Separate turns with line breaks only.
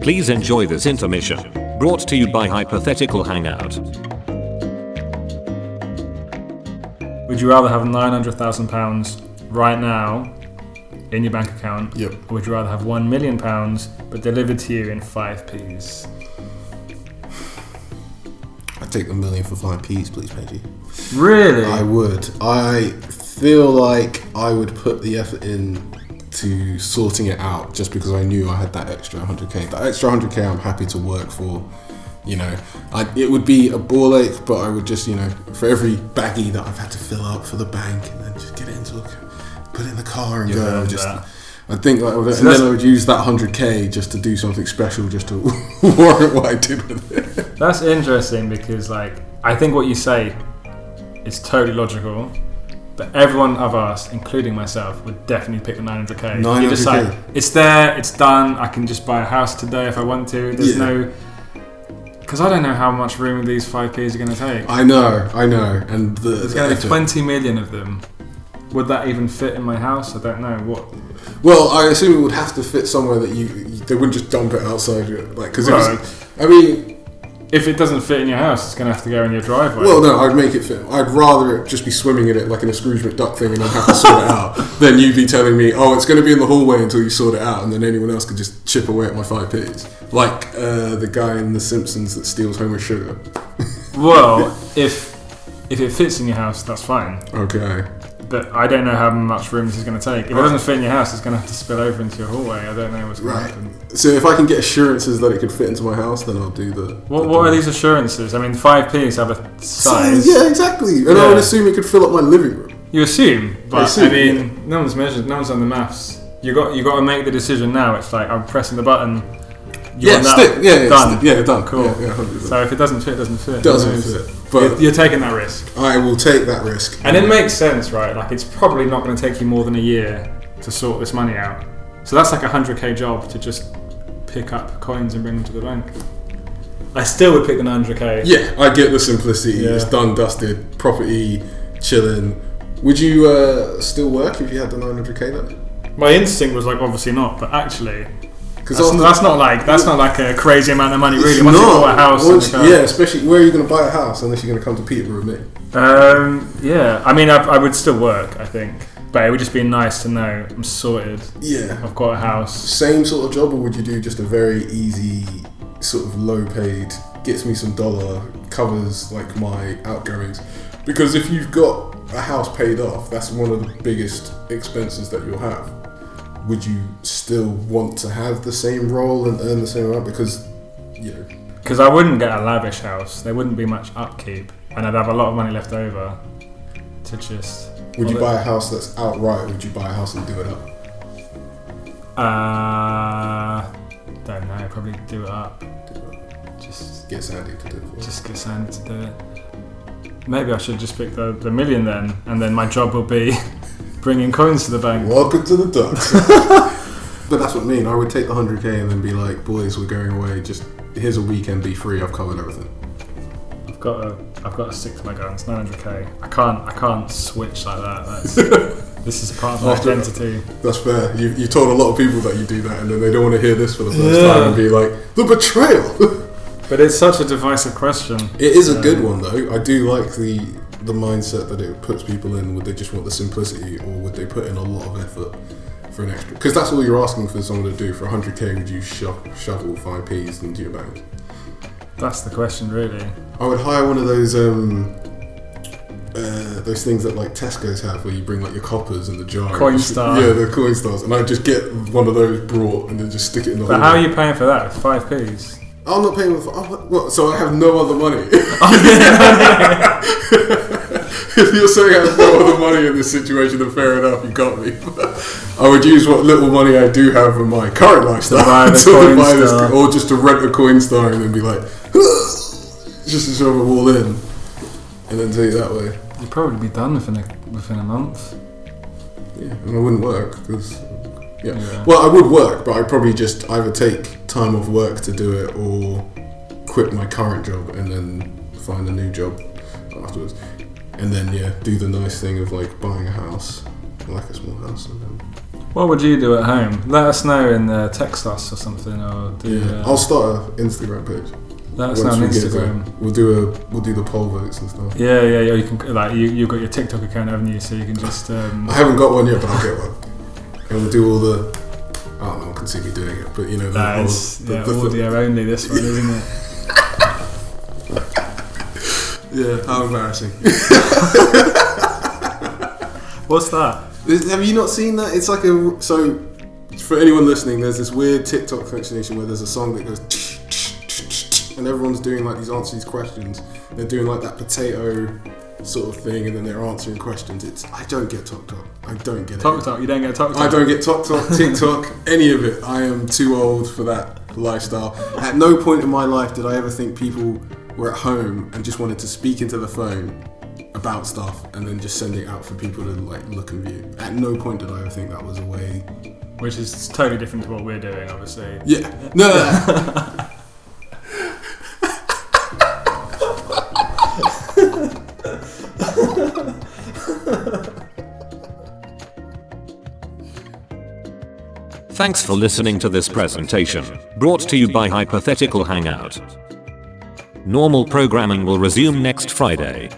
Please enjoy this intermission, brought to you by Hypothetical Hangout.
Would you rather have nine hundred thousand pounds right now in your bank account?
Yep.
Or would you rather have one million pounds but delivered to you in five p's?
I'd take a million for five P's, please, Reggie.
Really?
I would. I feel like I would put the effort in to sorting it out just because I knew I had that extra 100k. That extra 100k I'm happy to work for. You know, I, it would be a ball ache, but I would just, you know, for every baggie that I've had to fill up for the bank and then just get it into a, put it in the car and go. I would
earned
just,
that.
I think, like, and
that's-
then I would use that 100k just to do something special, just to warrant what I did with it.
That's interesting because, like, I think what you say is totally logical, but everyone I've asked, including myself, would definitely pick the 900k. You just
900K.
like, it's there, it's done, I can just buy a house today if I want to. There's
Yeah.
no. Because I don't know how much room these 5ps are going to take.
I know, I know, and the,
There's
the
going to be
effort.
20 million of them. Would that even fit in my house? I don't know. What?
Well, I assume it would have to fit somewhere that you, you- they wouldn't just dump it outside, like because
Right.
I mean,
If it doesn't fit in your house, it's going to have to go in your driveway.
well, no, I'd make it fit. I'd rather it just be swimming in it like in a Scrooge McDuck thing, and I'd have to sort it out than you be telling me, oh, it's going to be in the hallway until you sort it out, and then anyone else could just chip away at my five p's, like uh, the guy in The Simpsons that steals Homer's sugar.
well, if if it fits in your house, that's fine.
Okay,
But I don't know how much room this is going to take. If it doesn't fit in your house, it's going to have to spill over into your hallway. I don't know what's going to
right.
happen.
So if I can get assurances that it could fit into my house, then I'll do the.
What,
the
what are
door.
these assurances? I mean, five P's have a size.
So, yeah, exactly. And I
Yeah.
would assume it could fill up my living room.
You assume, but I,
assume,
mean,
yeah.
no one's measured, no one's done the maths. You got you got to make the decision now. It's like I'm pressing the button. You
yeah,
want that?
stick. Yeah, yeah,
done.
stick. yeah, done.
Cool.
Yeah, yeah, 100%.
So if it doesn't fit, it doesn't fit.
doesn't
Who knows?
fit.
You're,
But
you're taking that risk,
I will take that risk.
and it makes sense, right? Like it's probably not going to take you more than a year to sort this money out. So that's like a hundred k job to just pick up coins and bring them to the bank. I still would pick the nine hundred k.
Yeah, I get the simplicity.
Yeah.
It's done, dusted, property, chilling. Would you uh, still work if you had the 900k though?
My instinct was like obviously not, but actually.
Because
That's, that's not like that's not like a crazy amount of money, really. Once you bought a house, and a car.
yeah, especially where are you going to buy a house unless you're going to come to Peterborough with me?
Um, yeah, I mean, I, I would still work, I think, but it would just be nice to know I'm sorted.
Yeah.
I've got a house.
Same sort of job, or would you do just a very easy, sort of low paid, gets me some dollar, covers like my outgoings? Because if you've got a house paid off, that's one of the biggest expenses that you'll have. would you still want to have the same role and earn the same amount? Because, you know,
Because I wouldn't get a lavish house. There wouldn't be much upkeep, and I'd have a lot of money left over to just.
would you
Well,
buy a house that's outright? Or would you buy a house and do it up?
Uh, don't know. Probably do it up. Just,
Get Sandy to do it for you.
just get Sandy to do it. Maybe I should just pick the, the million then, and then my job will be bringing coins to the bank.
Welcome to the Ducks. but that's what I mean. I would take the 100k and then be like, boys, we're going away. Just here's a weekend, be free. I've covered everything.
I've got to, I've got to stick to my guns. 900k. I can't, I can't switch like that. That's, this is part of my
After-
identity.
That's fair. You, you told a lot of people that you do that and then they don't want to hear this for the first
Yeah.
time and be like, the betrayal.
But it's such a divisive question.
It is a good one though. I do like the the mindset that it puts people in. Would they just want the simplicity, or would they put in a lot of effort for an extra? Because that's all you're asking for someone to do. For 100k, would you sho- shovel five p's into your bank?
That's the question, really.
I would hire one of those um uh, those things that like Tesco's have, where you bring like your coppers in the jar.
Coinstar.
Yeah, the coin stars, and I would just get one of those brought and then just stick it in the.
But
hallway.
how are you paying for that? With Five p's.
I'm not paying for. Oh, what, what, so I have no other money. if you're saying I have no other money in this situation, then fair enough, you got me. I would use what little money I do have in my current lifestyle
buy the
to
coin
buy this-
star.
or just to rent a coin star and then be like, just to shove it all in, and then take it that way.
You'd probably be done within a within a month.
Yeah, and I wouldn't work 'cause- yeah.
Yeah.
Well, I would work, but I'd probably just either take time off work to do it or quit my current job and then find a new job afterwards. And then yeah, do the nice thing of like buying a house, like a small house, and then
What would you do at home? Let us know in uh, text us or something, or do.
Yeah.
Uh,
I'll start an Instagram page.
let us know on
we get there.
Instagram.
We'll do a we'll do the poll votes and stuff.
Yeah, yeah, yeah. You can like you you have got your TikTok account, haven't you? So you can just um,
I haven't got one yet, but I'll get one. And we'll do all the. I don't know. I can see me doing it, but you know, the,
that
whole-
is
the-
yeah,
the-
audio only. This one, isn't it?
yeah. How embarrassing!
What's that?
Is- Have you not seen that? It's like a so. For anyone listening, there's this weird TikTok fascination where there's a song that goes, and everyone's doing like these answer these questions. They're doing like that potato sort of thing, and then they're answering questions. It's I don't get TikTok. I don't get it.
Tok Tok. You don't get Tok Tok.
I don't get TikTok, TikTok, any of it. I am too old for that lifestyle. At no point in my life did I ever think people were at home and just wanted to speak into the phone about stuff and then just send it out for people to like look and view. At no point did I ever think that was a way.
Which is totally different to what we're doing, obviously.
Yeah. No. no, no.
Thanks for listening to this presentation, brought to you by Hypothetical Hangout. Normal programming will resume next Friday.